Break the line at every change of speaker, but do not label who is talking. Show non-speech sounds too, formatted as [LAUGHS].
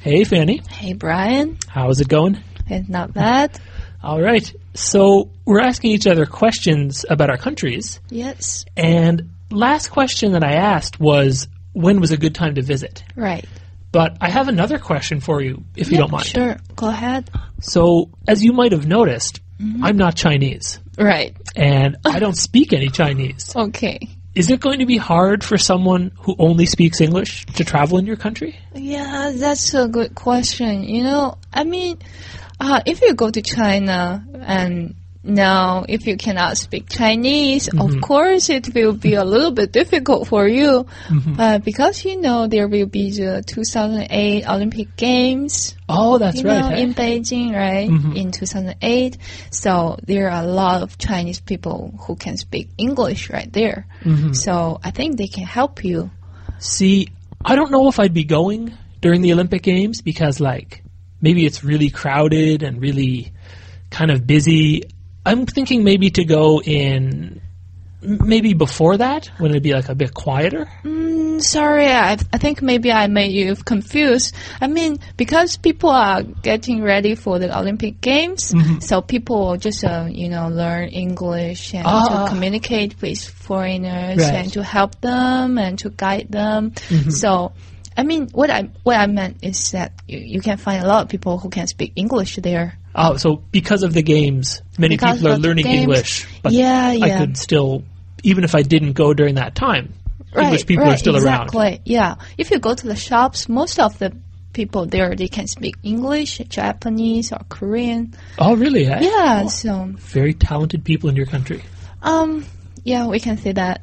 Hey, Fanny.
Hey, Brian.
How's it going?
It's not bad.
All right. So we're asking each other questions about our countries.
Yes.
And last question that I asked was when was a good time to visit?
Right.
But I have another question for you, if you
Yep,
don't mind.
Sure. Go ahead.
So, as you might have noticed, I'm not Chinese
Right.
and I [LAUGHS] don't speak any Chinese.
Okay.
Is it going to be hard for someone who only speaks English to travel in your country?
Yeah, that's a good question. You know, I mean, uh, if you go to China and now if you cannot speak Chinese, of course it will be a little bit difficult for you. But because you know there will be the 2008 Olympic Games,
Oh, that's
you
right. Mm-hmm.
know,
eh?
in Beijing, right, in 2008. So there are a lot of Chinese people who can speak English right there.
Mm-hmm.
So I think they can help you.
See, I don't know if I'd be going during the Olympic Games because, like, maybe it's really crowded and really kind of busy. I'm thinking maybe to go in m- maybe before that when it'd be like a bit quieter.
Mm, sorry, I, I think maybe I made you confused. I mean, because people are getting ready for the Olympic Games,
Mm-hmm.
so people just, uh, you know, learn English and
Ah.
to communicate with
Right.
foreigners
Mm-hmm.
and to help them and to guide them. So, I mean, what I what I meant is that you, you can find a lot of people who can speak English there.
Oh, so because of the games, many
Because
people are
of the
learning
games.
English. But
Yeah,
I
yeah.
could still, even if I didn't go during that time, English
right,
people
right,
are still
exactly.
around.
Yeah. If you go to the shops, most of the people there they can speak English, Japanese, or Korean.
Oh, really? eh?
Yeah. So,
Very talented people in your country.
um, yeah, we can say that.